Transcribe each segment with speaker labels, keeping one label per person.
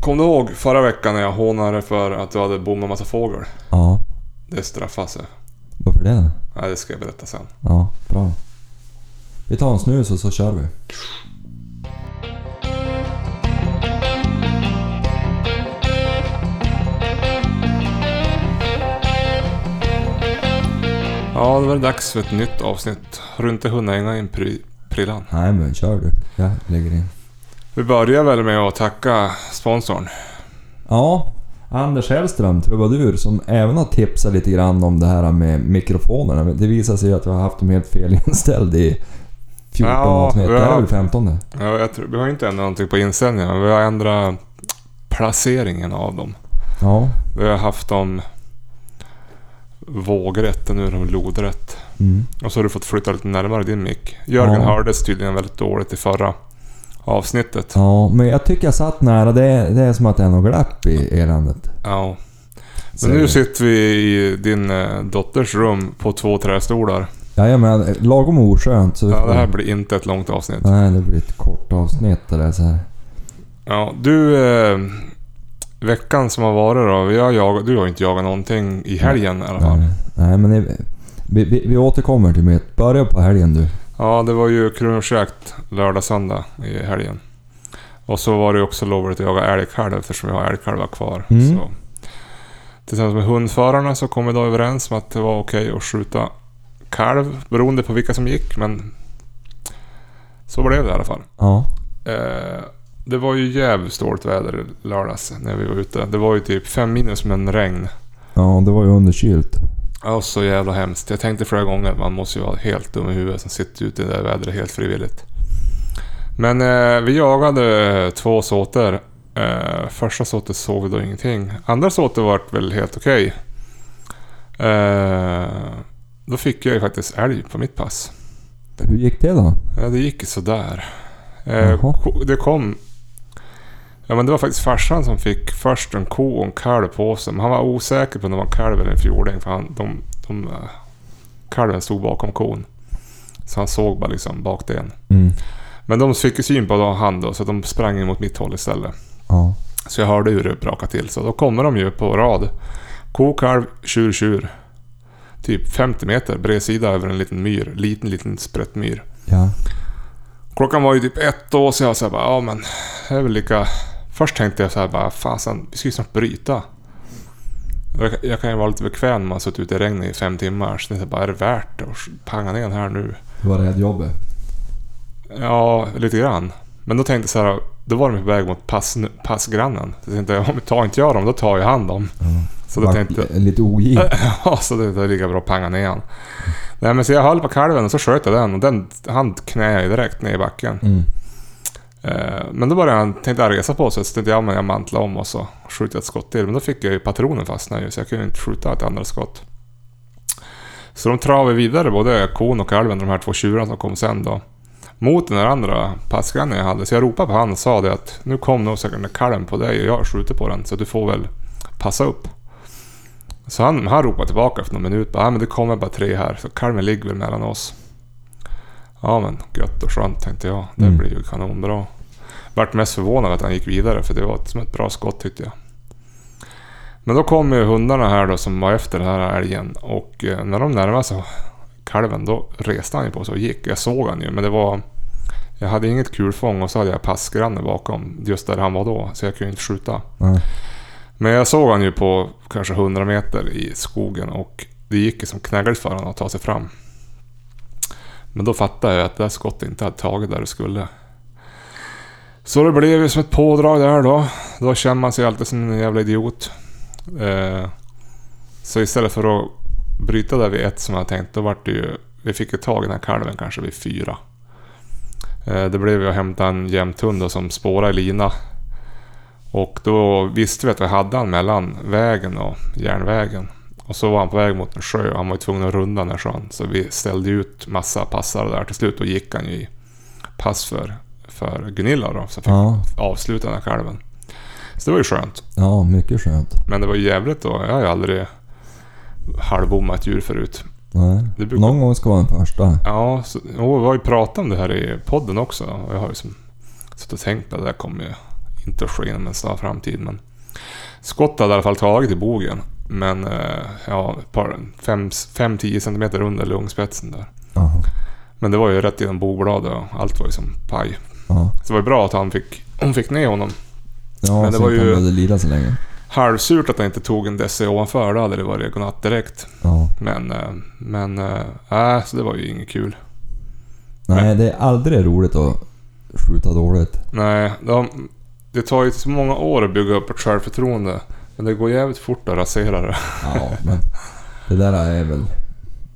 Speaker 1: Kom du ihåg förra veckan när jag hånade för att du hade bommat massa fågel?
Speaker 2: Ja.
Speaker 1: Det straffar sig.
Speaker 2: Varför det då?
Speaker 1: Nej, det ska jag berätta sen.
Speaker 2: Ja, bra. Vi tar en snus och så kör vi.
Speaker 1: Ja, då var det dags för ett nytt avsnitt. Runt inte hunnit hänga in pry- prillan.
Speaker 2: Nej men kör du. Jag lägger in.
Speaker 1: Vi börjar väl med att tacka sponsorn.
Speaker 2: Ja. Anders Hellström, trubadur, som även har tipsat lite grann om det här med mikrofonerna. Men Det visar sig att vi har haft dem helt fel inställd i 14
Speaker 1: Ja,
Speaker 2: avsnitt.
Speaker 1: vi
Speaker 2: Det här är
Speaker 1: har-
Speaker 2: väl 15
Speaker 1: Ja, jag tror, vi har inte ändrat någonting på insändningarna, men vi har ändrat placeringen av dem.
Speaker 2: Ja.
Speaker 1: Vi har haft dem vågrätt och nu är de lodrätt.
Speaker 2: Mm.
Speaker 1: Och så har du fått flytta lite närmare din mick. Jörgen
Speaker 2: Ja.
Speaker 1: hördes tydligen väldigt dåligt i förra avsnittet.
Speaker 2: Ja, men jag tycker jag satt nära. Det är, det är som att det är något glapp i eländet.
Speaker 1: Ja.
Speaker 2: Så-
Speaker 1: Men nu sitter vi i din eh, dotters rum på två trästolar.
Speaker 2: Jajamän, lagom oskönt. Så vi
Speaker 1: Ja,
Speaker 2: får-
Speaker 1: det här blir inte ett långt avsnitt.
Speaker 2: Nej, det blir ett kort avsnitt det där så här.
Speaker 1: Ja, du... Eh, veckan som har varit då. Vi har jagat, du har ju inte jagat någonting i helgen i alla fall.
Speaker 2: Nej, nej men det, vi, vi, vi återkommer till mitt. Börja på helgen du.
Speaker 1: Ja, det var ju kronhjortsjakt lördag, söndag i helgen. Och så var det ju också lovligt att jaga älgkalv eftersom vi har älgkalvar kvar.
Speaker 2: Mm.
Speaker 1: Så. Tillsammans med hundförarna så kom vi då överens om att det var okej att skjuta kalv beroende på vilka som gick, men så blev det i alla fall.
Speaker 2: Ja.
Speaker 1: Eh, det var ju jävligt dåligt väder i lördags när vi var ute. Det var ju typ fem minus men regn.
Speaker 2: Ja, det var ju underkylt.
Speaker 1: Ja, så jävla hemskt. Jag tänkte flera gånger att man måste ju vara helt dum i huvudet som sitter ute i det där vädret helt frivilligt. Men eh, vi jagade två såter. Eh, första såtet såg vi då ingenting. Andra såtet vart väl helt okej. Eh, då fick jag ju faktiskt älg på mitt pass.
Speaker 2: Hur gick det då?
Speaker 1: Ja, det gick ju sådär. Eh,
Speaker 2: Jaha.
Speaker 1: ko- det kom... Ja, men det var faktiskt farsan som fick först en ko och en kalv på sig. Men han var osäker på om det var en kalv eller en fjording. För han, de, de, eh, kalven stod bakom kon. Så han såg bara liksom bakdelen.
Speaker 2: Mm.
Speaker 1: Men de fick ju syn på han då, så de sprang in mot mitt håll istället.
Speaker 2: Ja.
Speaker 1: Så jag hörde hur det brakade till. Så då kommer de ju på rad. Ko, kalv, tjur, tjur. Typ 50 meter bredsida över en liten myr. Liten, liten sprättmyr.
Speaker 2: Ja.
Speaker 1: Klockan var ju typ ett då, så jag så här bara, ja men det är väl lika... Först tänkte jag så här bara, fasen, vi ska ju snart bryta. Jag, jag kan ju vara lite bekväm när man har suttit ute i regnet i fem timmar. Så tänkte jag bara, är det värt att panga ner den här nu?
Speaker 2: Det var rädd jobbet.
Speaker 1: Ja, lite grann. Men då tänkte jag så här, då var de på väg mot pass, passgrannen. Så tänkte jag, om tar inte jag dem, då tar ju han dem. Så då tänkte Äh. jag,
Speaker 2: Lite ogin.
Speaker 1: ja, så det det är lika bra att panga ner han. Nej men så jag höll på kalven och så sköt jag den och den, han knäade ju direkt ner i backen.
Speaker 2: Mm.
Speaker 1: Eh, Men då började han, tänkte han resa på sig, så tänkte jag men jag mantlar om och så skjuter jag ett skott till. Men då fick jag ju patronen fastna ju, så jag kunde inte skjuta ett andra skott. Så de travade vidare, både kon och kalven, de här två tjurarna som kom sen då. Mot den här andra passgrannen jag hade, så jag ropade på han och sa det att nu kom nog säkert den där kalven på dig och jag skjuter på den, så du får väl passa upp. Så han, han ropade tillbaka efter någon minut bara, "Ja, men det kommer bara tre här, så kalven ligger väl mellan oss. Ja men gött och skönt tänkte jag, det
Speaker 2: Mm.
Speaker 1: blir ju kanonbra. Vart mest förvånad att han gick vidare för det var ett, som ett bra skott tyckte jag. Men då kom ju hundarna här då som var efter den här älgen och eh, när de närmade sig kalven då reste han ju på sig och gick. Jag såg han ju men det var... Jag hade inget kulfång och så hade jag passgranne bakom just där han var då så jag kunde inte skjuta.
Speaker 2: Nej.
Speaker 1: Men jag såg han ju på kanske 100 meter i skogen och det gick ju som knaggligt för honom att ta sig fram. Men då fattade jag att det där skottet inte hade tagit där det skulle. Så det blev ju som ett pådrag där då. Då känner man sig alltid som en jävla idiot. Eh, så istället för att bryta där vid ett som jag tänkt, då vart det ju... Vi fick ju tag i den här kalven kanske vid fyra. Eh, det blev ju att hämta en jämthund då som spårade i lina. Och då visste vi att vi hade han mellan vägen och järnvägen. Och så var han på väg mot en sjö och han var ju tvungen att runda den här sjön. Så vi ställde ut massa passare där. Till slut då gick han ju i pass för, för Gunilla då. Så fick
Speaker 2: Ja.
Speaker 1: avsluta den här kalven. Så det var ju skönt.
Speaker 2: Ja, mycket skönt.
Speaker 1: Men det var ju jävligt då. Jag har ju aldrig halvbommat ett djur förut.
Speaker 2: Nej.
Speaker 1: Det brukar...
Speaker 2: Någon gång ska vara den första.
Speaker 1: Ja, så, och vi har ju pratat om det här i podden också. Och jag har ju som suttit och tänkt att det där kommer ju inte att ske inom en snar framtid. Men skottet hade i alla fall tagit i bogen. Men eh, ja, 5-10 centimeter under lungspetsen där.
Speaker 2: Aha.
Speaker 1: Men det var ju rätt genom bogbladet och allt var ju som paj.
Speaker 2: Ja.
Speaker 1: Så det var ju bra att han fick, hon fick ner honom.
Speaker 2: Ja,
Speaker 1: Men det
Speaker 2: så
Speaker 1: var
Speaker 2: inte han
Speaker 1: ju-
Speaker 2: behövde lida så länge.
Speaker 1: Halvsurt att han inte tog en DC ovanför, då hade det varit godnatt direkt.
Speaker 2: Ja.
Speaker 1: Men, eh, men, äh, så det var ju inget kul.
Speaker 2: Nej, det är aldrig roligt att skjuta dåligt.
Speaker 1: Nej, de, det tar ju så många år att bygga upp ett självförtroende. Men det går jävligt fort att rasera det.
Speaker 2: Ja, men det där är väl...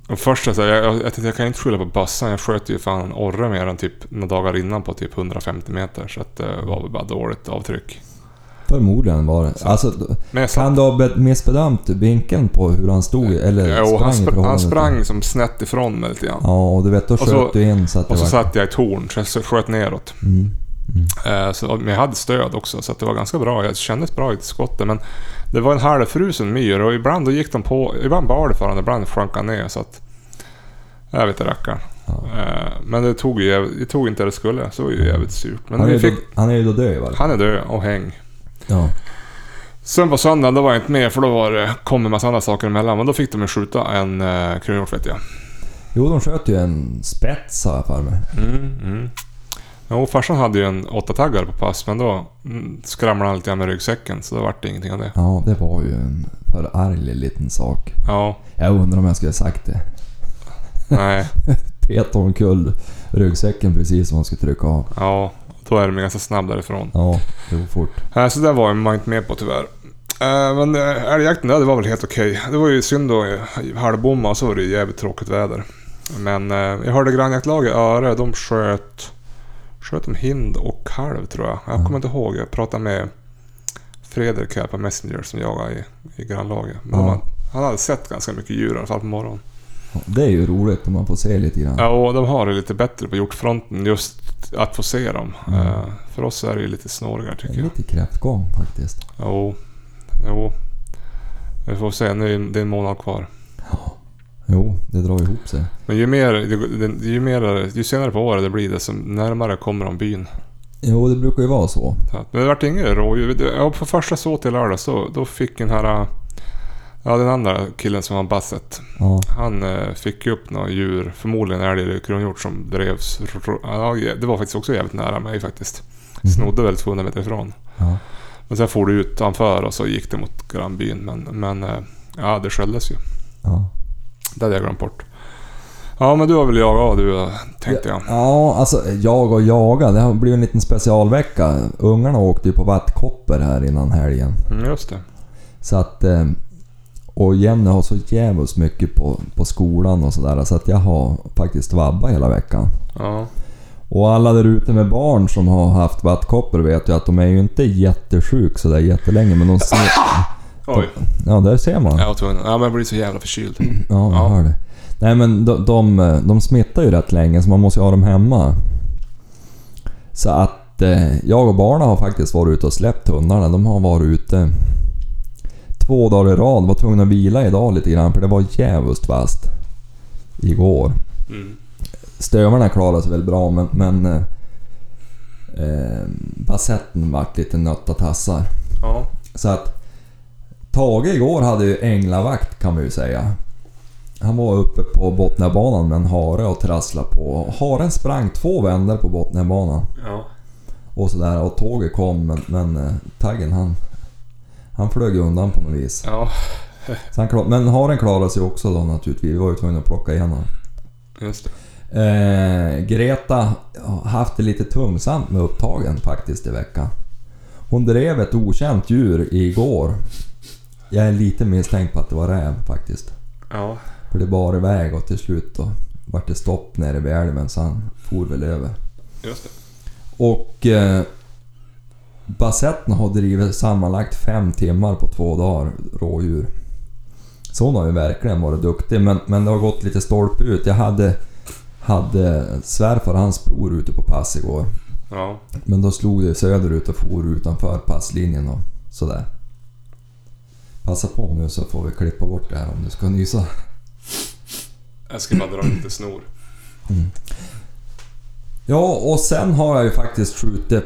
Speaker 1: Och först så här, jag, jag, jag tänkte jag kan inte skylla på bössan. Jag sköt ju fan en orre mer än typ några dagar innan på typ 150 meter. Så att det var väl bara dåligt avtryck.
Speaker 2: Förmodligen var det.
Speaker 1: Så.
Speaker 2: Alltså,
Speaker 1: Men jag satt-
Speaker 2: kan du ha be- missbedömt vinkeln på hur han stod? Eller
Speaker 1: jo,
Speaker 2: sprang
Speaker 1: han,
Speaker 2: i
Speaker 1: spr- han
Speaker 2: förhållande till-
Speaker 1: sprang som snett ifrån mig lite grann.
Speaker 2: Ja, och du vet, då
Speaker 1: Och
Speaker 2: sköt
Speaker 1: så-
Speaker 2: du in så att det
Speaker 1: Och så
Speaker 2: var...
Speaker 1: satt jag i ett torn, så jag s- sköt neråt.
Speaker 2: Mm.
Speaker 1: Eh, Så, men jag hade stöd också, så att det var ganska bra. Jag kändes bra i skottet, men det var en halvfrusen myr och ibland då gick de på... Ibland bar det för honom, ibland sjönk han ner. Så att, jag vet inte rackaren.
Speaker 2: Ja.
Speaker 1: Eh, Men det tog, ju jäv- det tog inte det skulle, så det var ju jävligt surt. Men
Speaker 2: han, är
Speaker 1: vi
Speaker 2: ju
Speaker 1: fick,
Speaker 2: då, han är ju då död i varje fall.
Speaker 1: han är död och häng.
Speaker 2: Ja.
Speaker 1: Sen på söndagen, då var jag inte med för då var det, kom en massa andra saker emellan. Men då fick de ju skjuta en eh, kronhjort vet jag.
Speaker 2: Jo, de sköt ju en spets har jag för mig.
Speaker 1: Mm, mm. Jo, farsan hade ju en åttataggare på pass, men då mm, skramlade han lite grann med ryggsäcken, så då vart det ingenting av det.
Speaker 2: Ja, det var ju en förarglig liten sak.
Speaker 1: Ja,
Speaker 2: Jag undrar om jag skulle ha sagt det.
Speaker 1: nej,
Speaker 2: Peta omkull ryggsäcken precis som han skulle trycka av.
Speaker 1: ja. Då är de ju ganska snabb därifrån.
Speaker 2: Ja, det går fort.
Speaker 1: Äh, så där var man inte med på tyvärr. Äh, men äh, älgjakten där, det var väl helt okej. Det var ju synd då, eh, halvbomma och så var det ju jävligt tråkigt väder. Men eh, jag hörde grannjaktlaget Öre, de sköt... Sköt de hind och kalv tror jag. Jag
Speaker 2: Mm.
Speaker 1: kommer inte ihåg, jag pratade med Fredrik här på Messenger som jagar i, i grannlaget. Men de
Speaker 2: Ja.
Speaker 1: hade, han hade sett ganska mycket djur i alla fall på morgonen.
Speaker 2: Ja, Det är ju roligt när man får se lite grann.
Speaker 1: Ja, och de har det lite bättre på hjortfronten just att få se dem.
Speaker 2: Mm.
Speaker 1: Eh, för oss är det ju lite snårigare
Speaker 2: Det
Speaker 1: tycker
Speaker 2: är
Speaker 1: jag.
Speaker 2: lite kräftgång faktiskt.
Speaker 1: Jo, jo. Vi får se, nu är det en månad kvar.
Speaker 2: Jo, det drar ihop sig.
Speaker 1: Men ju mer, det- ju, mer, ju senare på året det blir, desto närmare kommer de byn.
Speaker 2: Jo, det brukar ju vara så.
Speaker 1: Så att- Men det vart inget rådjur. Det- Ja, på första så till lördags, då, då fick den här... Ja, den andra killen som var basset.
Speaker 2: Ja,
Speaker 1: Han eh, fick ju upp några djur, förmodligen älg eller kronhjort, som drevs... r- Ja, det var faktiskt också jävligt nära mig faktiskt.
Speaker 2: Mhm.
Speaker 1: Snodde väl 200 meter ifrån.
Speaker 2: ja.
Speaker 1: Men sen for det utanför och så gick det mot grannbyn. Men, men eh, ja, det sköljdes ju.
Speaker 2: ja.
Speaker 1: Det hade jag glömt bort. Ja, men du har väl jagat av du, eh, tänkte jag.
Speaker 2: Ja, alltså jag och jaga. Det har blivit en liten specialvecka. Ungarna åkte ju på vattkopper här innan helgen.
Speaker 1: Mm, just det.
Speaker 2: Så att... eh, Och Jenny har så jävligt mycket på, på skolan och sådär. Så att jag har faktiskt vabbat hela veckan.
Speaker 1: Ja,
Speaker 2: Och alla där ute med barn som har haft vattkoppor vet ju att de är ju inte jättesjuka sådär jättelänge men de ser...
Speaker 1: oj.
Speaker 2: Ja, Mm. där ser man.
Speaker 1: Jag var tvungen. Ja, men jag blir så jävla förkyld.
Speaker 2: Ja,
Speaker 1: Ja.
Speaker 2: jag hör det. Nej men de, de, de smittar ju rätt länge så man måste ju ha dem hemma. Så att eh, jag och barnen har faktiskt varit ute och släppt hundarna. De har varit ute två dagar i rad. Var tvungna att vila idag lite grann för det var jävligt vasst igår.
Speaker 1: Mm.
Speaker 2: Stövarna klarade sig väl bra men... men eh, eh, Bassetten vart lite nötta tassar.
Speaker 1: Ja.
Speaker 2: Så att Tage igår hade ju änglavakt kan man ju säga. Han var uppe på Botniabanan med en hare och trasslade på. Haren sprang två vändor på Botniabanan
Speaker 1: Ja.
Speaker 2: och sådär och tåget kom men, men eh, taggen han... Han flög ju undan på något vis.
Speaker 1: Ja,
Speaker 2: Så han klar, men haren klarade sig också då naturligtvis. Vi var ju tvungna att plocka igen honom.
Speaker 1: just det.
Speaker 2: Eh, Greta har haft det lite tungsamt med upptagen faktiskt i veckan. Hon drev ett okänt djur igår. Jag är lite misstänkt på att det var räv faktiskt.
Speaker 1: Ja.
Speaker 2: För det bar iväg och till slut då vart det stopp nere vid älven så han for väl över.
Speaker 1: Just det.
Speaker 2: Och eh, Bassetten har drivit sammanlagt fem timmar på två dagar rådjur. Så hon har ju verkligen varit duktig men, men det har gått lite stolp ut. Jag hade, hade svärfar hans bror ute på pass igår.
Speaker 1: Ja.
Speaker 2: Men då slog det söderut och for utanför passlinjen och sådär. Passa på nu så får vi klippa bort det här om du ska nysa.
Speaker 1: Jag ska bara dra lite snor.
Speaker 2: Ja, och sen har jag ju faktiskt skjutit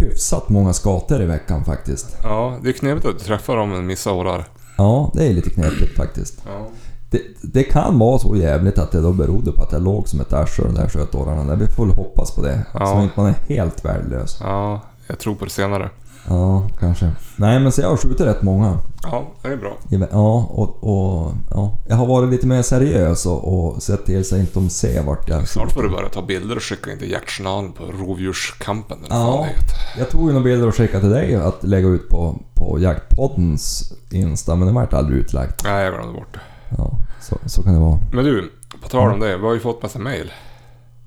Speaker 2: hyfsat många skator i veckan faktiskt.
Speaker 1: Ja, det är knepigt att du träffar dem men missar orrar.
Speaker 2: Ja, det är lite knepigt faktiskt.
Speaker 1: Ja.
Speaker 2: Det, det kan vara så jävligt att det då berodde på att jag låg som ett arsle där skötårarna. där. Vi får väl hoppas på det.
Speaker 1: Ja.
Speaker 2: Så inte man är helt värdelös.
Speaker 1: ja, jag tror på det senare.
Speaker 2: Ja, kanske. Nej men så jag har skjutit rätt många.
Speaker 1: Ja, det är bra.
Speaker 2: I ve- Ja, och, och ja. jag har varit lite mer seriös och, och sett till så att inte de ser vart jag
Speaker 1: Snart får du börja ta bilder och skicka in till hjärtjournalen på rovdjurskampen. eller vad
Speaker 2: Ja.
Speaker 1: fan det heter.
Speaker 2: Jag tog ju några bilder och skickade till dig att lägga ut på, på jaktpoddens Insta, men det vart aldrig utlagt.
Speaker 1: Nej, jag glömde bort det.
Speaker 2: Ja, så, så kan det vara.
Speaker 1: Men du, på tal
Speaker 2: Mm.
Speaker 1: om det. Vi har ju fått massa mail.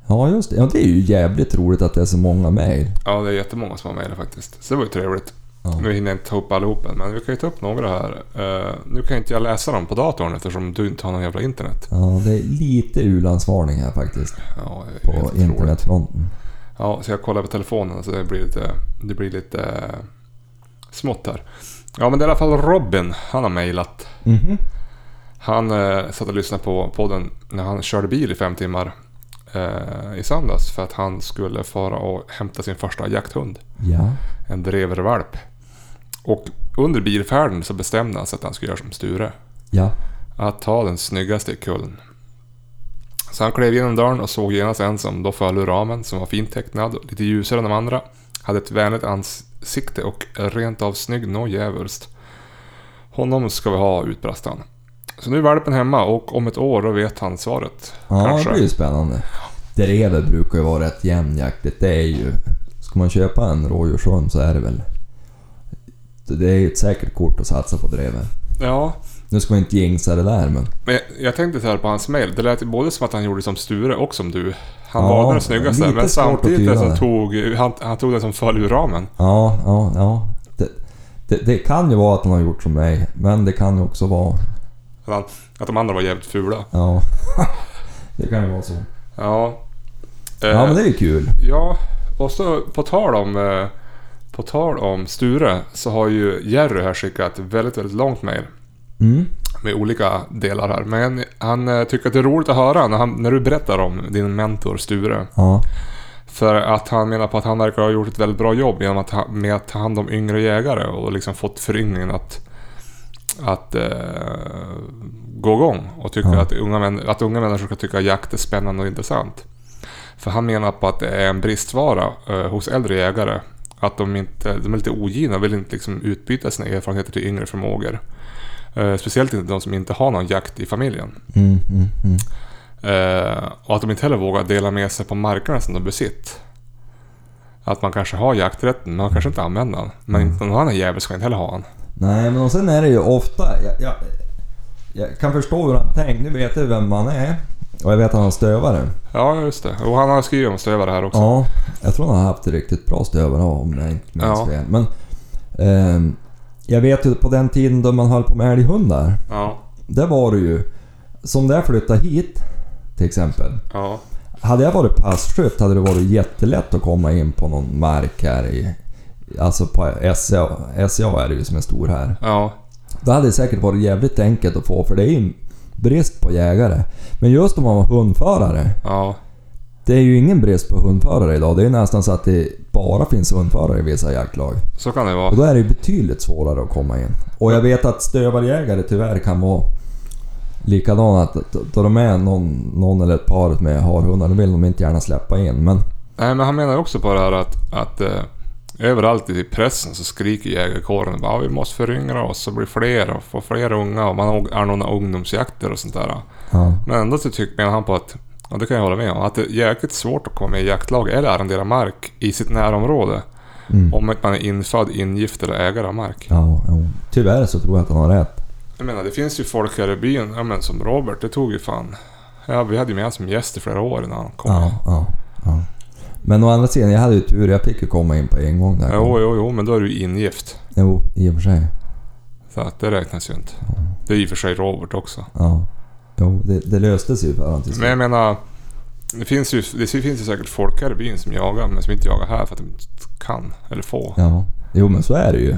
Speaker 2: Ja, just det. Ja, det är ju jävligt roligt att det är så många mejl.
Speaker 1: Ja, det är jättemånga som har mejlat faktiskt. Så det var ju trevligt.
Speaker 2: Ja.
Speaker 1: Nu hinner jag inte ta upp allihop än, men vi kan ju ta upp några här. Eh, nu kan inte jag läsa dem på datorn eftersom du inte har någon jävla internet.
Speaker 2: Ja, det är lite u-landsvarning här faktiskt
Speaker 1: Ja, det är
Speaker 2: på
Speaker 1: helt otroligt.
Speaker 2: internetfronten.
Speaker 1: Ja, så jag kollar på telefonen så det blir lite, det blir lite eh, smått här. Ja, men det är i alla fall Robin. Han har mejlat.
Speaker 2: Mhm.
Speaker 1: Han eh, satt och lyssnade på podden när han körde bil i fem timmar eh, i söndags för att han skulle fara och hämta sin första jakthund.
Speaker 2: Ja.
Speaker 1: En drevervalp. Och under bilfärden så bestämde han sig att han skulle göra som Sture.
Speaker 2: Ja.
Speaker 1: Att ta den snyggaste i kullen. Så han klev genom dörren och såg genast en som då föll ur ramen, som var fint tecknad, och lite ljusare än de andra. Hade ett vänligt ansikte och rent av snygg nå djävulskt. Honom ska vi ha, utbrast han. Så nu är valpen hemma och om ett år då vet han svaret.
Speaker 2: Ja,
Speaker 1: Kanske.
Speaker 2: det är ju spännande. Drever brukar ju vara rätt jämnjaktligt. Det är ju... Ska man köpa en rådjurshund så är det väl... Det är ju ett säkert kort att satsa på drever.
Speaker 1: Ja,
Speaker 2: Nu ska man inte jinxa det där men...
Speaker 1: men jag- jag tänkte så här på hans mail. Det lät ju både som att han gjorde som Sture och som du. Han
Speaker 2: Ja,
Speaker 1: valde den snyggaste,
Speaker 2: lite
Speaker 1: men
Speaker 2: svårt att
Speaker 1: samtidigt
Speaker 2: tyda
Speaker 1: den som
Speaker 2: det.
Speaker 1: tog, han, han tog den som föll ur ramen.
Speaker 2: Ja, ja, ja. Det, det, det kan ju vara att han har gjort som mig, men det kan ju också vara...
Speaker 1: Att han- Att de andra var jävligt fula.
Speaker 2: Ja. det kan ju vara så.
Speaker 1: Ja. Eh,
Speaker 2: Ja, men det är ju kul.
Speaker 1: ja, och så på tal om... Eh, på tal om Sture så har ju Jerry här skickat väldigt, väldigt långt mejl
Speaker 2: Mm.
Speaker 1: med olika delar här. Men han eh, tycker att det är roligt att höra när, han, när du berättar om din mentor Sture.
Speaker 2: Ja.
Speaker 1: För att han menar på att han verkar ha gjort ett väldigt bra jobb genom att, ha- med att ta hand om yngre jägare och liksom fått föryngringen att, att eh, gå igång. Och tycka
Speaker 2: Ja.
Speaker 1: att, unga män, att unga människor ska tycka jakt är spännande och intressant. För han menar på att det är en bristvara eh, hos äldre jägare. Att de, inte, de är lite ogina och vill inte liksom utbyta sina erfarenheter till yngre förmågor. Eh, speciellt inte de som inte har någon jakt i familjen.
Speaker 2: Mm, mm, mm.
Speaker 1: Eh, och att de inte heller vågar dela med sig på markerna som de besitt. Att man kanske har jakträtten, men man kanske inte använder den. Men inte någon annan jävel ska inte heller ha den.
Speaker 2: Nej, men och sen är det ju ofta... Jag, jag, jag kan förstå hur han tänker. Nu vet jag vem han är. Och jag vet att han har stövare.
Speaker 1: Ja, just det. Och han har skrivit om stövare här också.
Speaker 2: Ja, jag tror han har haft riktigt bra stövare om jag inte minns
Speaker 1: Ja.
Speaker 2: fel. Men... ehm, jag vet ju på den tiden då man höll på med älghundar.
Speaker 1: Ja.
Speaker 2: Det var det ju. Som där flyttade hit till exempel.
Speaker 1: Ja.
Speaker 2: Hade jag varit passkytt hade det varit jättelätt att komma in på någon mark här i... Alltså på SCA, SCA är det ju som är stor här.
Speaker 1: Ja.
Speaker 2: Det hade säkert varit jävligt enkelt att få för det är ju brist på jägare. Men just om man var hundförare.
Speaker 1: Ja.
Speaker 2: Det är ju ingen brist på hundförare idag. Det är ju nästan så att det bara finns hundförare i vissa jaktlag.
Speaker 1: Så kan det
Speaker 2: Och
Speaker 1: vara.
Speaker 2: då är det ju betydligt svårare att komma in. Och jag vet att stövarjägare tyvärr kan vara likadana. Att då de är någon, någon eller ett par med harhundar, då vill de inte gärna släppa in. Men
Speaker 1: Nej, men han menar ju också på det här att, att eh, överallt i pressen så skriker jägarkåren bara "Ja, vi måste föryngra oss och bli fler och få fler unga och man anordnar ungdomsjakter och sånt där.
Speaker 2: ja,
Speaker 1: Men ändå så tycker, menar han på att, och det kan jag hålla med om, att det är jäkligt svårt att komma med i jaktlag eller arrendera mark i sitt närområde.
Speaker 2: Mm.
Speaker 1: Om inte man är infödd, ingift eller ägare av mark.
Speaker 2: ja, jo. tyvärr så tror jag att han har rätt.
Speaker 1: Jag menar, det finns ju folk här i byn, ja, men som Robert, det tog ju fan... Ja, vi hade ju med honom som gäst i flera år innan han kom.
Speaker 2: Ja, ja, ja. Men å andra sidan, jag hade ju tur. Jag fick ju komma in på en gång där.
Speaker 1: Jo, jo, jo, men då är du ju ingift.
Speaker 2: jo i och för sig.
Speaker 1: Så att det räknas ju inte. Det är i och för sig Robert också.
Speaker 2: Ja. Jo, det, det löstes ju för honom till
Speaker 1: Men
Speaker 2: slut.
Speaker 1: jag menar, det finns ju, det finns ju säkert folk här i byn som jagar, men som inte jagar här för att de inte kan eller får.
Speaker 2: Ja. Jo, men så är det ju.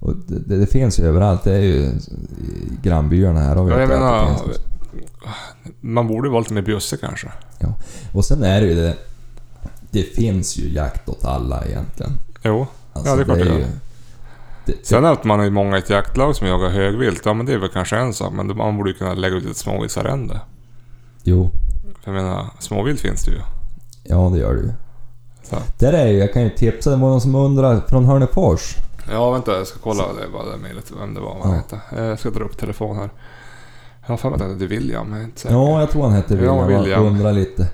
Speaker 2: Och det, det, det finns ju överallt. Det är ju i grannbyarna här. Och
Speaker 1: Ja, jag
Speaker 2: att det
Speaker 1: menar,
Speaker 2: finns.
Speaker 1: man borde vara lite mer bjussig kanske.
Speaker 2: Och sen är det ju det... Det finns ju jakt åt alla egentligen.
Speaker 1: Jo.
Speaker 2: Alltså,
Speaker 1: Ja, det är klart det
Speaker 2: ju-
Speaker 1: gör.
Speaker 2: det, det,
Speaker 1: Sen att man är många i ett jaktlag som jagar högvilt, ja men det är väl kanske en sak. Men man borde ju kunna lägga ut ett småviltsarrende.
Speaker 2: Jo,
Speaker 1: För jag menar, småvilt finns det ju.
Speaker 2: ja det gör det ju.
Speaker 1: Så.
Speaker 2: Där är ju, jag kan ju tipsa, det var någon som undrade från Hörnefors.
Speaker 1: Ja, vänta. Jag ska kolla det bara det mejlet, vem det var, vad han
Speaker 2: Ja.
Speaker 1: hette. Eh, Jag ska dra upp telefon här. Jag har för mig att han hette William, men jag är inte säker.
Speaker 2: Ja, jag tror han hette
Speaker 1: Ja,
Speaker 2: William.
Speaker 1: William.
Speaker 2: Jag undrar lite.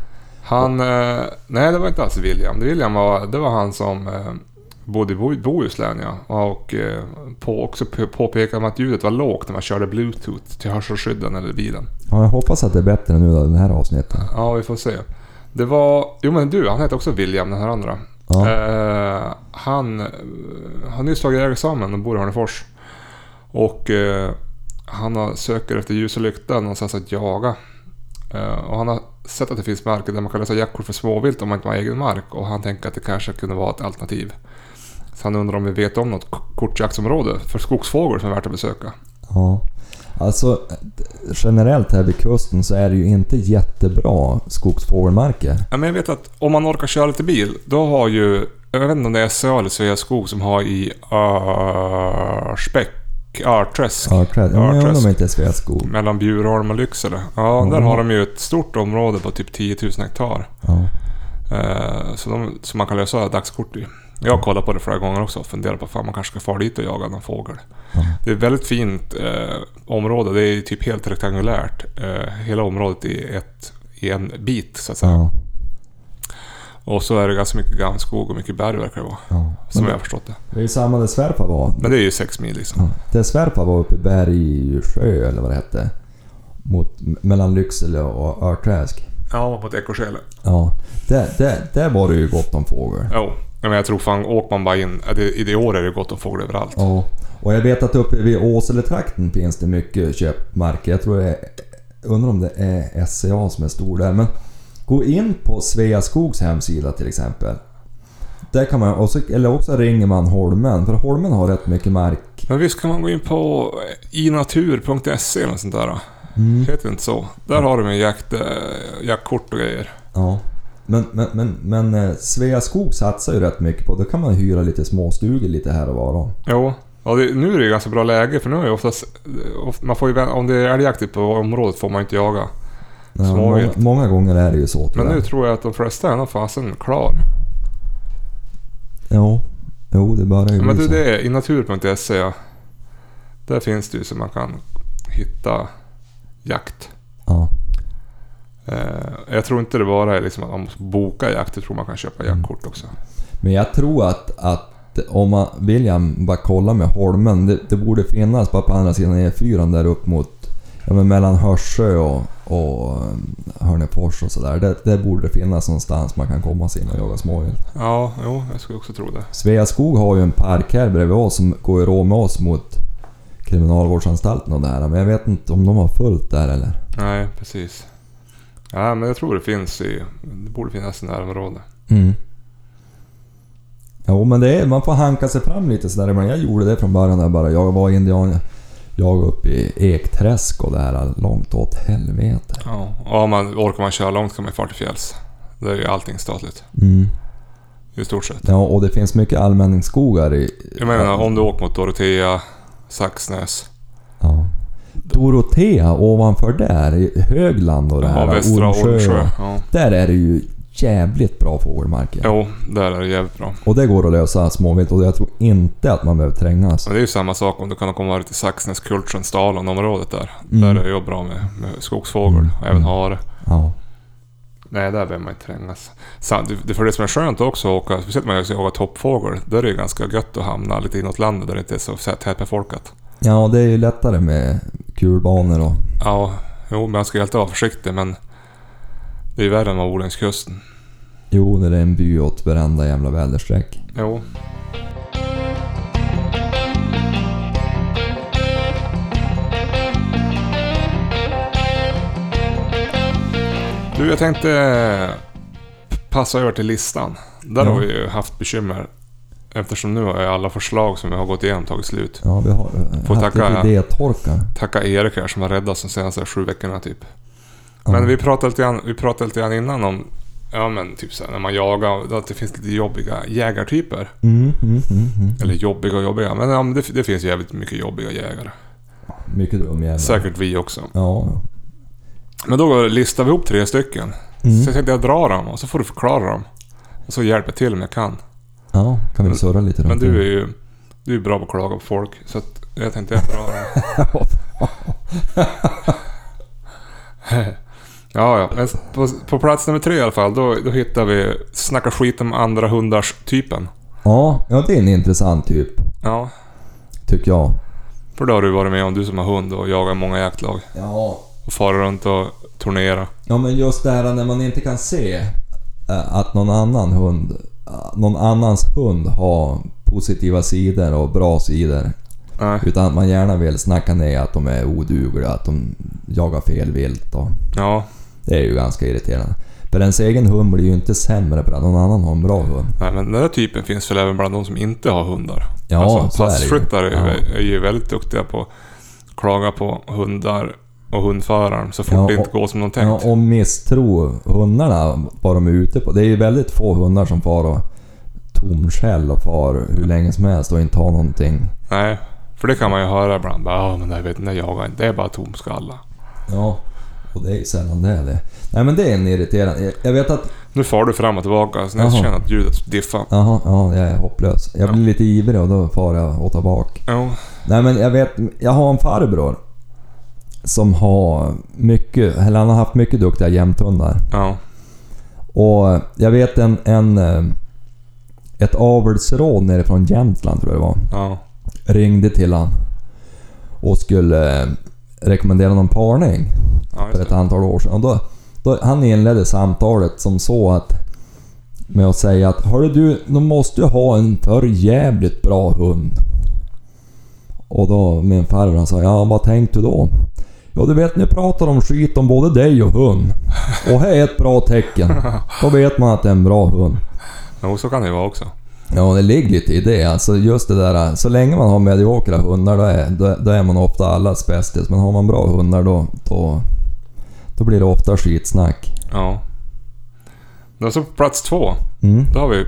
Speaker 1: Han... Eh, nej, det var inte alls William. William var, det var han som eh, bodde i Bo- Bohuslän, ja. Och eh, på, också p- påpekade att ljudet var lågt när man körde bluetooth till hörselskydden eller bilen.
Speaker 2: Ja, jag hoppas att det är bättre nu då, den här avsnittet.
Speaker 1: Ja, vi får se. Det var... Jo, men du, han hette också William, den här andra.
Speaker 2: Ja.
Speaker 1: Eh, han eh, har nyss tagit jägarexamen och bor i Hörnefors. Och eh, han har- söker efter ljus och lykta någonstans att jaga. Eh, och han har sett att det finns marker där man kan lösa jackor för småvilt om man inte har egen mark. Och han tänker att det kanske kunde vara ett alternativ. Så han undrar om vi vet om något k- kortjaktsområde för skogsfågel som är värt att besöka.
Speaker 2: Ja. Alltså generellt här vid kusten så är det ju inte jättebra skogsfågelmarker.
Speaker 1: Ja, men jag vet att om man orkar köra lite bil, då har ju... Jag vet inte om det är SCA eller Sveaskog som har i Örsbäck, Örträsk.
Speaker 2: Örträd. Ja, men jag undrar om
Speaker 1: Örträsk.
Speaker 2: det inte är Sveaskog.
Speaker 1: Mellan Bjurholm och Lycksele. Ja,
Speaker 2: Mm.
Speaker 1: där har de ju ett stort område på typ 10 000 hektar.
Speaker 2: Ja.
Speaker 1: Eh, så de, som man kan lösa dagskort i. Jag har kollat på det flera gånger också och funderat på om man kanske ska fara dit och jaga någon fågel.
Speaker 2: Mm.
Speaker 1: Det är ett väldigt fint eh, område. Det är ju typ helt rektangulärt. Eh, hela området i, ett, i en bit så att säga.
Speaker 2: Ja.
Speaker 1: Och så är det ganska mycket gammelskog och mycket berg verkar det vara.
Speaker 2: ja.
Speaker 1: Som
Speaker 2: Men
Speaker 1: jag
Speaker 2: det,
Speaker 1: har förstått det.
Speaker 2: det är ju samma där svärpa var.
Speaker 1: Men det är ju sex mil liksom.
Speaker 2: Ja. Där svärpa var uppe i Bergsjö eller vad det hette. Mot, mellan Lycksele och Örträsk.
Speaker 1: Ja, på ett ekoskele.
Speaker 2: Ja. Där, där, där var det ju gott om fågel.
Speaker 1: Jo, men jag tror fan åker man bara in... eh, det- I det år är det gott om fågel överallt.
Speaker 2: Ja, och jag vet att uppe vid Åseletrakten finns det mycket köpmarker. Jag tror det är, undrar om det är SCA som är stor där. Men gå in på Sveaskogs hemsida till exempel. Där kan man, och så, eller också ringer man Holmen, för Holmen har rätt mycket mark.
Speaker 1: Men visst kan man gå in på inatur.se E eller något sånt där? då?
Speaker 2: Mm,
Speaker 1: Heter det inte så? Där har de ju jakt, eh, jaktkort och grejer.
Speaker 2: ja. Men, men, men, men eh, Sveaskog satsar ju rätt mycket på, då kan man hyra lite småstugor lite här och var. Då.
Speaker 1: Jo. Ja, det, nu är det ju ganska bra läge för nu är det oftast... eh, of- Man får ju, vä- om det är älgjakt typ på området får man ju inte jaga.
Speaker 2: Ja, många,
Speaker 1: Småvilt.
Speaker 2: många gånger är det ju så
Speaker 1: Men
Speaker 2: tyvärr.
Speaker 1: nu tror jag att de flesta är nog fasen klar.
Speaker 2: Ja, jo det börjar ju
Speaker 1: Ja, men
Speaker 2: bli
Speaker 1: du,
Speaker 2: så.
Speaker 1: det är inatur.se E, ja. Där finns det ju så man kan hitta jakt.
Speaker 2: Ja.
Speaker 1: Eh, jag tror inte det bara är liksom att man måste boka jakt. Jag tror man kan köpa jaktkort också.
Speaker 2: Men jag tror att, att om man, William bara kollar med Holmen, det, det borde finnas bara på andra sidan E4 där upp mot, ja men mellan Hörsjö och, och um, Hörnefors och sådär. Där, där borde det finnas någonstans man kan komma sig in och jaga småvilt.
Speaker 1: Ja, jo, jag skulle också tro det.
Speaker 2: Sveaskog har ju en park här bredvid oss som går i rå med oss mot kriminalvårdsanstalten och det här. Men jag vet inte om de har fullt där eller?
Speaker 1: Nej, precis. Ja, men jag tror det finns i... Det borde finnas i närområdet.
Speaker 2: Mm. Jo men det är, man får hanka sig fram lite sådär ibland. Jag gjorde det från början där bara. Jag var indian. Jag uppe i Ekträsk och det här långt åt helvete.
Speaker 1: Ja. Och om man, orkar man köra långt kan man ju fara till fjälls. Det är ju allting statligt.
Speaker 2: Mm.
Speaker 1: I stort sett.
Speaker 2: Ja och det finns mycket allmänningsskogar i...
Speaker 1: Jag menar, om du åker mot Dorotea, Saxnäs.
Speaker 2: Ja. Dorotea ovanför där, i Högland och det här.
Speaker 1: Ja, Västra Ormsjö. Ja.
Speaker 2: Där är det ju jävligt bra fågelmarker.
Speaker 1: Jo, där är det jävligt bra.
Speaker 2: Och det går att lösa småvilt och jag tror inte att man behöver trängas.
Speaker 1: Men det är ju samma sak om du kan komma ut till Saxnäs, Kultsjön, Stalon området där.
Speaker 2: Mm.
Speaker 1: Där är det ju bra med, med skogsfågel
Speaker 2: Mm.
Speaker 1: och även hare.
Speaker 2: Ja.
Speaker 1: Nej, där behöver man inte trängas. Samt, det, för det som är skönt också att åka, speciellt när man ska åka toppfågel, då är det ju ganska gött att hamna lite inåt landet där det inte är så, så här tätbefolkat.
Speaker 2: ja, det är ju lättare med kulbanor och...
Speaker 1: Ja, jo, man ska ju alltid vara försiktig men det är ju värre än man bor längs kusten.
Speaker 2: Jo, när det är en by åt varenda jävla väderstreck.
Speaker 1: Jo. Du, jag tänkte eh, passa över till listan. Där
Speaker 2: Ja.
Speaker 1: har vi ju haft bekymmer. Eftersom nu har ju alla förslag som vi har gått igenom tagit slut.
Speaker 2: Ja, vi har eh,
Speaker 1: Får
Speaker 2: haft
Speaker 1: tacka,
Speaker 2: lite
Speaker 1: ja.
Speaker 2: idétorka.
Speaker 1: Tacka Erik här som har räddat oss de senaste sju veckorna typ.
Speaker 2: Ja.
Speaker 1: Men vi pratade lite grann, vi pratade lite grann innan om Ja men typ så här, när man jagar, att det finns lite jobbiga jägartyper.
Speaker 2: Mm, mm, mm, mm.
Speaker 1: Eller jobbiga och jobbiga, men, ja, men det, det finns jävligt mycket jobbiga jägare.
Speaker 2: Mycket dum jävel.
Speaker 1: Säkert vi också.
Speaker 2: Ja.
Speaker 1: Men då listar vi ihop tre stycken. Så
Speaker 2: Mm.
Speaker 1: jag tänkte jag drar dem och så får du förklara dem. Och så hjälper jag till om jag kan.
Speaker 2: Ja, kan vi surra lite
Speaker 1: Men
Speaker 2: runt
Speaker 1: du
Speaker 2: det?
Speaker 1: är ju du är bra på att klaga på folk. Så att jag tänkte jag drar dem. ja, ja. Men på, på plats nummer tre i alla fall, då, då hittar vi snacka skit om andra hundars-typen.
Speaker 2: Ja, ja, det är en intressant typ,
Speaker 1: Ja,
Speaker 2: tycker jag.
Speaker 1: för det har du varit med om, du som har hund och jagar många jaktlag.
Speaker 2: Ja,
Speaker 1: Och far runt och turnera.
Speaker 2: Ja men just det här när man inte kan se eh, att någon annan hund, eh, någon annans hund har positiva sidor och bra sidor.
Speaker 1: Nej,
Speaker 2: Utan att man gärna vill snacka ner att de är odugliga, att de jagar fel vilt och
Speaker 1: ja.
Speaker 2: Det är ju ganska irriterande. För ens egen hund blir ju inte sämre för att någon annan har en bra hund.
Speaker 1: Nej, men den där typen finns väl även bland de som inte har hundar?
Speaker 2: Ja, så är det ju.
Speaker 1: passkyttar är,
Speaker 2: Ja.
Speaker 1: är ju väldigt duktiga på att klaga på hundar och hundföraren så fort
Speaker 2: Ja,
Speaker 1: det inte
Speaker 2: och-
Speaker 1: går som de tänkt.
Speaker 2: Ja, och misstro hundarna vad de är ute på. Det är ju väldigt få hundar som far och tomskäll och far hur länge som helst och inte har någonting.
Speaker 1: Nej, för det kan man ju höra ibland. Bara, "Ja, men jag vet inte, jag jagar inte. Det är bara tomskalla.
Speaker 2: Ja, och det är ju sällan det är det. Nej men det är en irriterande... jag- Jag vet att...
Speaker 1: Nu far du fram och tillbaka, så när jag
Speaker 2: Jaha.
Speaker 1: känner att ljudet diffar.
Speaker 2: Jaha, ja, jag är hopplös. Jag blir lite ivrig och då far jag åt bak.
Speaker 1: Jo,
Speaker 2: Nej men jag vet, jag har en farbror. Som har mycket, eller han har haft mycket duktiga jämthundar.
Speaker 1: ja,
Speaker 2: Och jag vet en... en eh, ett avelsråd nere från Jämtland tror jag det var.
Speaker 1: ja,
Speaker 2: Ringde till han Och skulle eh, rekommendera någon parning.
Speaker 1: ja,
Speaker 2: för
Speaker 1: just
Speaker 2: ett
Speaker 1: det.
Speaker 2: antal år sedan. Och då, då, han inledde samtalet som så att med att säga att Hörru du, du måste ju ha en för jävligt bra hund. Och då min farbror han sa ja vad tänkte du då? Ja du vet ni pratar om skit om både dig och hund. Och här är ett bra tecken. Då vet man att det är en bra hund.
Speaker 1: Jo, så kan det ju vara också.
Speaker 2: Ja, det ligger lite i det. Alltså just det där, så länge man har mediokra hundar då är, då, då är man ofta allas bästis. Men har man bra hundar då, då, då blir det ofta skitsnack.
Speaker 1: Ja. Då så på plats två,
Speaker 2: Mm.
Speaker 1: då har vi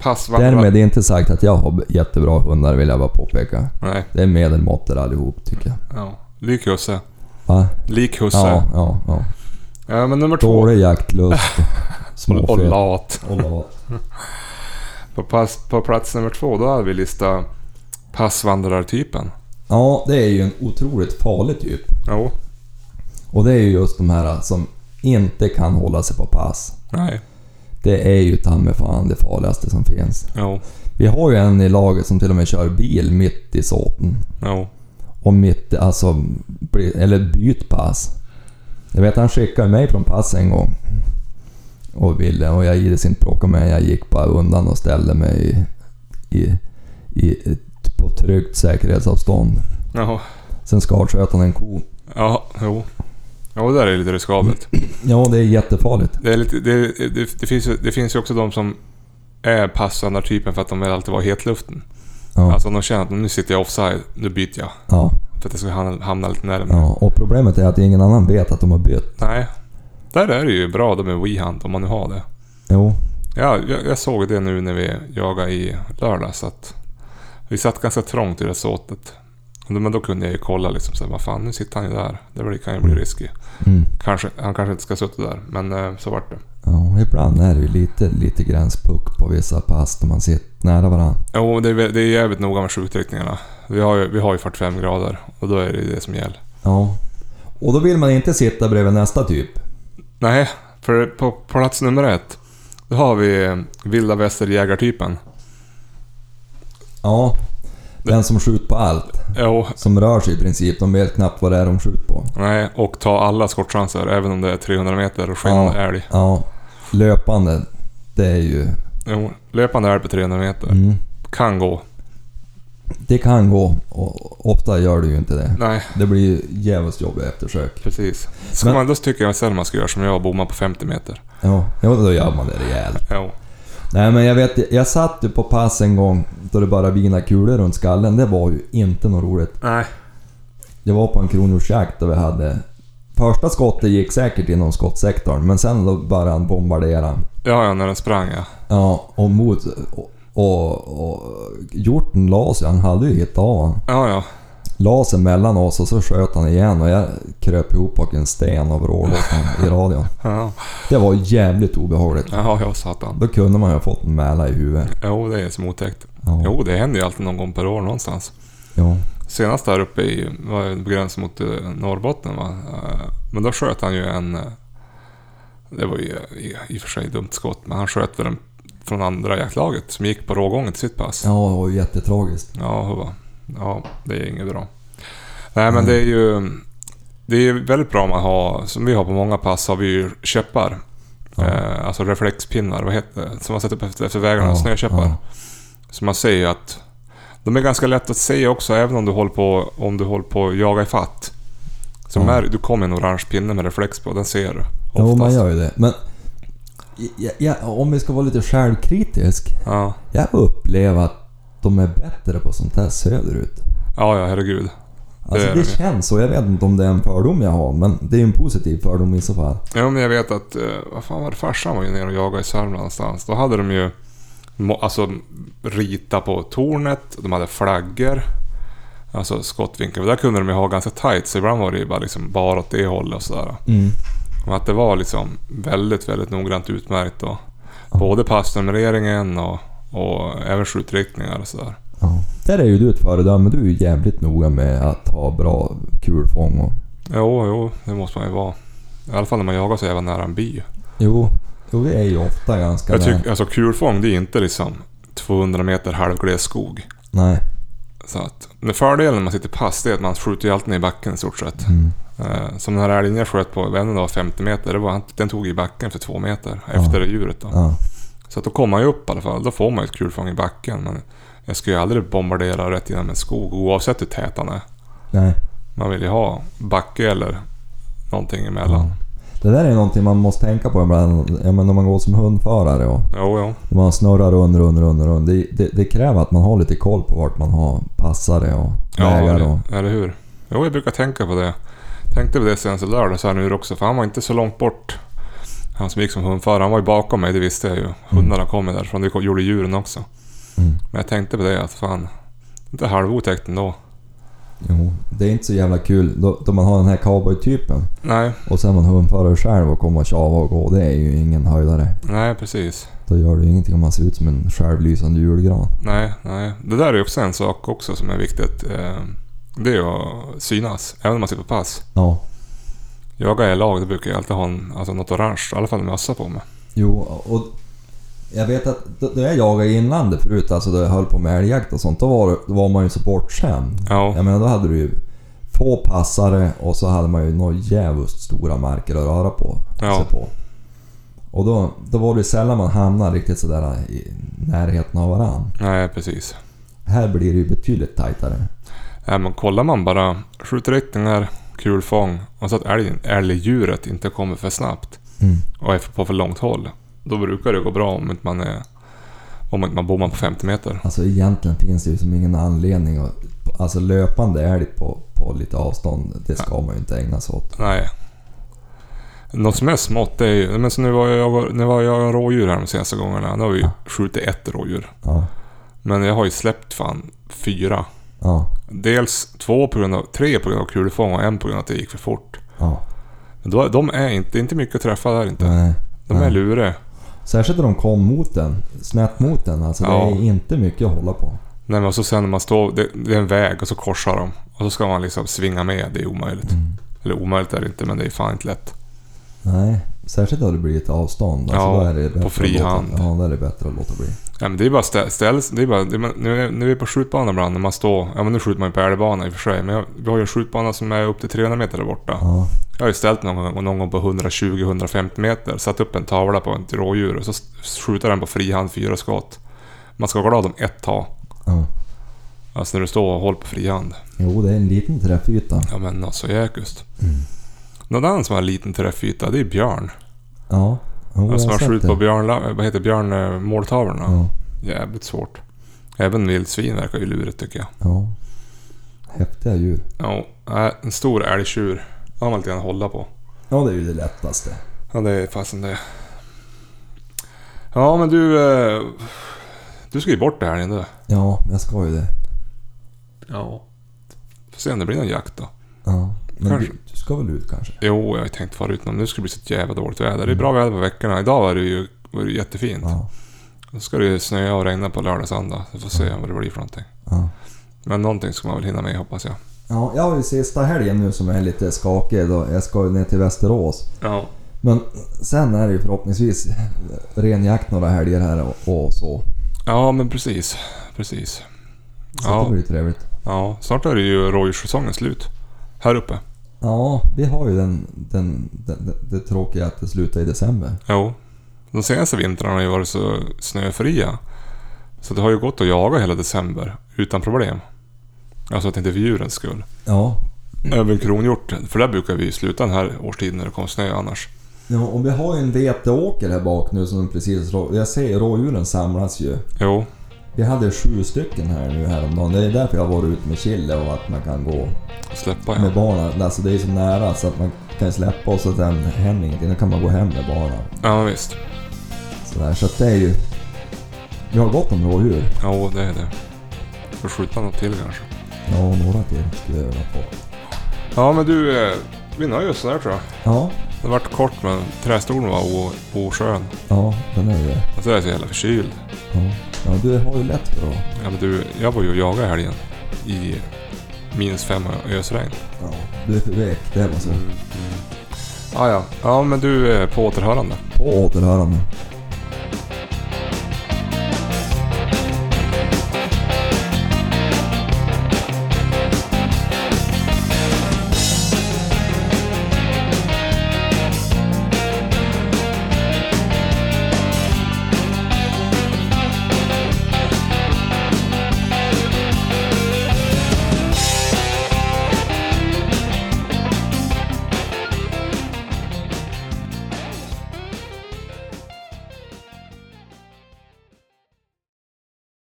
Speaker 1: passvandrar.
Speaker 2: Därmed är inte sagt att jag har jättebra hundar vill jag bara påpeka.
Speaker 1: Nej,
Speaker 2: Det är medelmåttor allihop tycker jag.
Speaker 1: ja. Lik husse.
Speaker 2: Va?
Speaker 1: Lik husse.
Speaker 2: Ja,
Speaker 1: Ja.
Speaker 2: ja, ja.
Speaker 1: men nummer två.
Speaker 2: Dålig jaktlust.
Speaker 1: Och, och
Speaker 2: Småfet.
Speaker 1: lat.
Speaker 2: Och lat.
Speaker 1: På, pass, på plats nummer två, då hade vi listat passvandrartypen.
Speaker 2: Ja, det är ju en otroligt farlig typ.
Speaker 1: Jo,
Speaker 2: Och det är ju just de här som inte kan hålla sig på pass.
Speaker 1: nej,
Speaker 2: Det är ju ta mig fan det farligaste som finns.
Speaker 1: jo,
Speaker 2: Vi har ju en i laget som till och med kör bil mitt i såten.
Speaker 1: jo.
Speaker 2: Och mitt, alltså, bli- eller byt pass. Jag vet han skickade mig från pass en gång. Och ville, och jag gills inte bråka med Jag gick bara undan och ställde mig i, i, i, på tryggt säkerhetsavstånd.
Speaker 1: Jo,
Speaker 2: Sen skadsköt han en ko.
Speaker 1: ja, jo. Jo, det där är lite riskabelt.
Speaker 2: Ja, det är jättefarligt.
Speaker 1: Det, är lite, det, det, det, finns, ju- det finns ju också de som är passvandrartypen för att de vill alltid vara i hetluften.
Speaker 2: Ja,
Speaker 1: Alltså om de känner att nu sitter jag offside, nu byter jag.
Speaker 2: ja,
Speaker 1: För att jag ska hamna, hamna lite närmare.
Speaker 2: ja. Och problemet är att ingen annan vet att de har bytt.
Speaker 1: Nej. Där är det ju bra då med WeHunt om man nu har det.
Speaker 2: Jo,
Speaker 1: Ja, jag, jag såg det nu när vi jagade i lördags. Att vi satt ganska trångt i resåtet. Men då kunde jag ju kolla liksom, så här, vad fan, nu sitter han ju där. Det blir- kan ju bli riskigt.
Speaker 2: mm.
Speaker 1: Kanske, han kanske inte ska sitta där, men eh, så vart det.
Speaker 2: Ja, ibland är det ju lite, lite gränspuck på vissa pass när man sitter nära varandra.
Speaker 1: Jo, det är, vä- det är jävligt noga med skjutriktningarna. Vi har, ju, vi har ju 45 grader och då är det ju det som gäller.
Speaker 2: Ja. Och då vill man inte sitta bredvid nästa typ.
Speaker 1: Nej, för på plats nummer ett, då har vi eh, vilda västerjägartypen.
Speaker 2: Ja. Den som skjuter på allt.
Speaker 1: Jo,
Speaker 2: Som rör sig i princip. De vet knappt vad det är de skjuter på.
Speaker 1: nej, och ta alla skottchanser, även om det är 300 meter och skinnande älg.
Speaker 2: Ja. Löpande. Det är ju...
Speaker 1: Jo, löpande älg på 300 meter.
Speaker 2: Mm,
Speaker 1: Kan gå.
Speaker 2: det kan gå. Och ofta gör det ju inte det.
Speaker 1: Nej,
Speaker 2: Det blir ju djävulskt jobbiga eftersök.
Speaker 1: precis. Ska
Speaker 2: Men-
Speaker 1: man, då tycker jag istället man ska göra som jag och bomma på 50 meter.
Speaker 2: Ja, ja, då gör man det rejält.
Speaker 1: Jo,
Speaker 2: Nej men jag vet, jag satt ju på pass en gång då det bara vina kulor runt skallen. Det var ju inte något roligt.
Speaker 1: nej.
Speaker 2: Jag var på en kronhjortsjakt där vi hade Första skottet gick säkert inom skottsektorn, men sen då började han bombardera.
Speaker 1: Ja, ja, när den sprang ja.
Speaker 2: Ja, och mot... Och, och, och hjorten la sig, han hade ju hittat av han.
Speaker 1: Ja, ja.
Speaker 2: La sig mellan oss och så sköt han igen och jag kröp ihop bak en sten och vrålade åt honom i radion.
Speaker 1: Ja,
Speaker 2: Det var jävligt obehagligt.
Speaker 1: ja, ja satan.
Speaker 2: Då kunde man ju ha fått en mäla i huvudet.
Speaker 1: Jo, det är som otäckt.
Speaker 2: Ja.
Speaker 1: Jo, det händer ju alltid någon gång per år någonstans.
Speaker 2: Ja.
Speaker 1: Senast där uppe i, var ju gräns mot eh, Norrbotten va. Eh, Men då sköt han ju en... eh, Det var ju eh, i, i och för sig dumt skott, men han sköt väl den från andra jaktlaget som gick på rågången till sitt pass.
Speaker 2: ja, det var ju jättetragiskt.
Speaker 1: Ja, huvva. Ja, det är inget bra. Nej, men det är ju... Det är ju väldigt bra om man har, som vi har på många pass, har vi ju käppar.
Speaker 2: Ja.
Speaker 1: Eh, alltså reflexpinnar, vad heter det? Som man sätter upp efter, efter vägarna,
Speaker 2: Ja,
Speaker 1: snökäppar.
Speaker 2: ja.
Speaker 1: Så man ser ju att... De är ganska lätta att se också, även om du håller på, om du håller på att jaga i fatt. Så
Speaker 2: Ja.
Speaker 1: mär, du kommer en orange pinne med reflex på, den ser du
Speaker 2: Jo, man
Speaker 1: oftast.
Speaker 2: gör ju det. Men ja, ja, om vi ska vara lite självkritisk.
Speaker 1: Ja.
Speaker 2: Jag upplever att de är bättre på sånt här söderut.
Speaker 1: ja, ja, herregud.
Speaker 2: Alltså
Speaker 1: Det är
Speaker 2: det,
Speaker 1: de.
Speaker 2: känns så. Jag vet inte om det är en fördom jag har, men det är ju en positiv fördom i så fall.
Speaker 1: Ja, men jag vet att... Eh, vad fan var det? Farsan var ju nere och jagade i Sörmland någonstans. Då hade de ju... må- Alltså rita på tornet. De hade flaggor. Alltså skottvinkel. Men Där kunde de ju ha ganska tight. Så ibland var det ju bara, liksom bara åt det hållet och sådär. Men att det var liksom väldigt, väldigt noggrant utmärkt då. Både passnumreringen och, och även skjutriktningar och sådär.
Speaker 2: Ja. Där är ju du ett föredöme. Du är ju jävligt noga med att ha bra kulfång och...
Speaker 1: Jo, jo, det måste man ju vara. I alla fall när man jagar så jävla nära en by.
Speaker 2: Jo, jo vi är ju ofta ganska
Speaker 1: Jag
Speaker 2: nära.
Speaker 1: tycker, alltså kulfång det är inte liksom 200 meter halvgles skog.
Speaker 2: Nej.
Speaker 1: Så att, men fördelen när man sitter pass det är att man skjuter ju alltid ner i backen i stort sett.
Speaker 2: Mm.
Speaker 1: Eh, som den här älgen jag sköt på, vännen då, 50 meter, det var, den tog i backen för två meter efter djuret då.
Speaker 2: Ja.
Speaker 1: Så att då kommer man ju upp i alla fall. Då får man ju ett kulfång i backen. Men jag skulle ju aldrig bombardera rätt igenom en skog oavsett hur tät den är.
Speaker 2: Nej.
Speaker 1: Man vill ju ha backe eller någonting emellan.
Speaker 2: Det där är någonting man måste tänka på ibland. Ja, men om man går som hundförare och
Speaker 1: Jo, jo.
Speaker 2: man snurrar runt, runt, runt, runt. Det, det, det kräver att man har lite koll på vart man har passare och
Speaker 1: Ja,
Speaker 2: vägar och...
Speaker 1: eller, eller hur? Jo, jag brukar tänka på det. Tänkte på det senast lördag så här nu också, för han var inte så långt bort. Han som gick som hundförare, han var ju bakom mig, det visste jag ju. Hundarna kom ju därifrån, det gjorde djuren också.
Speaker 2: Mm.
Speaker 1: Men jag tänkte på det att fan, inte halvotäckt ändå.
Speaker 2: Jo, det är inte så jävla kul då, då man har den här cowboytypen
Speaker 1: Nej,
Speaker 2: och sen är man hundförare själv och kommer och tjava och gå. Det är ju ingen höjdare.
Speaker 1: nej precis.
Speaker 2: Då gör det ju ingenting om man ser ut som en självlysande julgran.
Speaker 1: Nej, nej. Det där är ju också en sak också som är viktigt. Eh, Det är ju att synas, även om man sitter på pass.
Speaker 2: Ja,
Speaker 1: Jagar jag i lag, då brukar jag alltid ha en, alltså något orange, i alla fall en mössa på mig.
Speaker 2: jo och jag vet att då då jag jagade i inlandet förut, alltså då jag höll på med älgjakt och sånt, då var, det- då var man ju så bortskämd.
Speaker 1: Ja,
Speaker 2: Jag menar då hade du ju få passare och så hade man ju några jävligt stora marker att röra på.
Speaker 1: Ja.
Speaker 2: sig på. Och då, då var det ju sällan man hamnade riktigt sådär i närheten av varandra.
Speaker 1: nej precis.
Speaker 2: Här blir det ju betydligt tajtare.
Speaker 1: Nej, men kollar man bara skjutriktningar, kulfång och så att älgen, älgdjuret inte kommer för snabbt
Speaker 2: Mm.
Speaker 1: och är på för långt håll. Då brukar det gå bra om inte man är... Om inte man bommar på 50 meter.
Speaker 2: Alltså egentligen finns det ju som ingen anledning att... Alltså löpande älg på, på lite avstånd, det ska man ju inte ägna sig åt.
Speaker 1: Nej. Något som är smått det är ju... Men så nu var jag, nu var jag rådjur här de senaste gångerna. Nu har vi ju skjutit ett rådjur.
Speaker 2: Ja,
Speaker 1: Men jag har ju släppt fan fyra.
Speaker 2: ja,
Speaker 1: Dels två på grund av... Tre på grund av kulfång och en på grund av att det gick för fort.
Speaker 2: ja.
Speaker 1: Men då, de är inte... Det är inte mycket att träffa där inte.
Speaker 2: Nej.
Speaker 1: De är
Speaker 2: Nej.
Speaker 1: luriga.
Speaker 2: Särskilt när de kom mot den, snett mot den. Alltså
Speaker 1: Ja.
Speaker 2: det är inte mycket att hålla på.
Speaker 1: Nej men och så sen när man står, det, det är en väg och så korsar de. Och så ska man liksom svinga med, det är omöjligt.
Speaker 2: Mm.
Speaker 1: Eller omöjligt är det inte men det är fan inte lätt.
Speaker 2: Nej, särskilt då det blir ett avstånd. Alltså
Speaker 1: Ja,
Speaker 2: då är det bättre
Speaker 1: på fri
Speaker 2: att låta,
Speaker 1: hand.
Speaker 2: Ja, då är det bättre att låta bli.
Speaker 1: Ja, men det är bara stä, ställs, det är bara, det är, man- nu, är, nu är vi på skjutbanan ibland när man står, ja men nu skjuter man ju på älgbana i och för sig. Men jag, vi har ju en skjutbana som är upp till 300 meter där borta.
Speaker 2: Ja,
Speaker 1: Jag har ju ställt någon gång, någon gång på 120-150 meter, satt upp en tavla på ett rådjur och så s- skjuter den på fri hand fyra skott. Man ska vara glad om ett tag.
Speaker 2: ja.
Speaker 1: Alltså när du står och håller på fri hand.
Speaker 2: Jo, det är en liten träffyta.
Speaker 1: Ja men alltså jäkust.
Speaker 2: Mm.
Speaker 1: Någon annan som har en liten träffyta, det är björn.
Speaker 2: Ja,
Speaker 1: Alltså
Speaker 2: jo, jag
Speaker 1: man
Speaker 2: har sett
Speaker 1: skjuter på
Speaker 2: det.
Speaker 1: björn, vad heter björn, eh, måltavlorna.
Speaker 2: Ja,
Speaker 1: Jävligt svårt. Även vildsvin verkar ju lurigt tycker jag.
Speaker 2: ja. Häftiga djur.
Speaker 1: Ja, nej, en stor älgtjur. Han har lite grann att hålla på.
Speaker 2: Ja, det är ju det lättaste.
Speaker 1: Ja, det är fasen det. Ja, men du... eh, Du ska ju bort det här inte
Speaker 2: Ja, jag ska ju det.
Speaker 1: Ja. Får se om det blir någon jakt då.
Speaker 2: Ja. Men
Speaker 1: Kanske.
Speaker 2: du, du ska väl ut kanske?
Speaker 1: Jo, jag har ju tänkt fara ut men nu ska det bli så jävla dåligt väder. Det
Speaker 2: Mm.
Speaker 1: är bra väder på veckorna. Idag var det ju var det jättefint.
Speaker 2: Ja.
Speaker 1: Nu ska det ju snöa och regna på lördag och söndag. Vi får se
Speaker 2: Mm.
Speaker 1: vad det blir för någonting.
Speaker 2: Ja.
Speaker 1: Men någonting ska man väl hinna med hoppas jag.
Speaker 2: ja, jag har ju sista helgen nu som jag är lite skakig. Då. Jag ska ju ner till Västerås.
Speaker 1: Ja.
Speaker 2: Men sen är det ju förhoppningsvis ren jakt några helger här och, och så.
Speaker 1: Ja, men precis. Precis.
Speaker 2: Så
Speaker 1: Ja.
Speaker 2: det blir ju trevligt.
Speaker 1: Ja, snart är det ju rådjurssäsongen slut. Här uppe.
Speaker 2: Ja, vi har ju den, den, den, den, det tråkiga att det slutar i december.
Speaker 1: Jo. De senaste vintrarna har ju varit så snöfria. Så det har ju gått att jaga hela december utan problem. Alltså att inte för djurens skull.
Speaker 2: Ja, Mm.
Speaker 1: Även kronhjort, för där brukar vi ju sluta den här årstiden när det kommer snö annars.
Speaker 2: Ja, och vi har ju en veteåker här bak nu som precis... rå- Jag ser ju, rådjuren samlas ju.
Speaker 1: Jo,
Speaker 2: Vi hade sju stycken här nu häromdagen. Det är därför jag har varit ute med Chille och att man kan gå
Speaker 1: släppa
Speaker 2: med
Speaker 1: ja.
Speaker 2: barnen. Alltså det är så nära så att man kan släppa och så sen händer ingenting. Då kan man gå hem med barnen.
Speaker 1: Ja, visst.
Speaker 2: Sådär, så att det är ju... Vi har gott om rådjur.
Speaker 1: Jo, det är det. Får skjuta något till kanske.
Speaker 2: Ja, några till skulle jag vilja på.
Speaker 1: Ja, men du. eh, Vi nöjer oss där tror jag.
Speaker 2: Ja,
Speaker 1: Det vart kort men trästolen var o- oskön.
Speaker 2: ja, den är ju det.
Speaker 1: Alltså jag är så jävla förkyld.
Speaker 2: Ja. ja, du har ju lätt för att...
Speaker 1: Ja men du, jag var ju och jagade i helgen. I minus fem ösregn.
Speaker 2: Ja, du är för vek. Det var så.
Speaker 1: Ah, ja. ja men du, eh, på återhörande.
Speaker 2: På återhörande.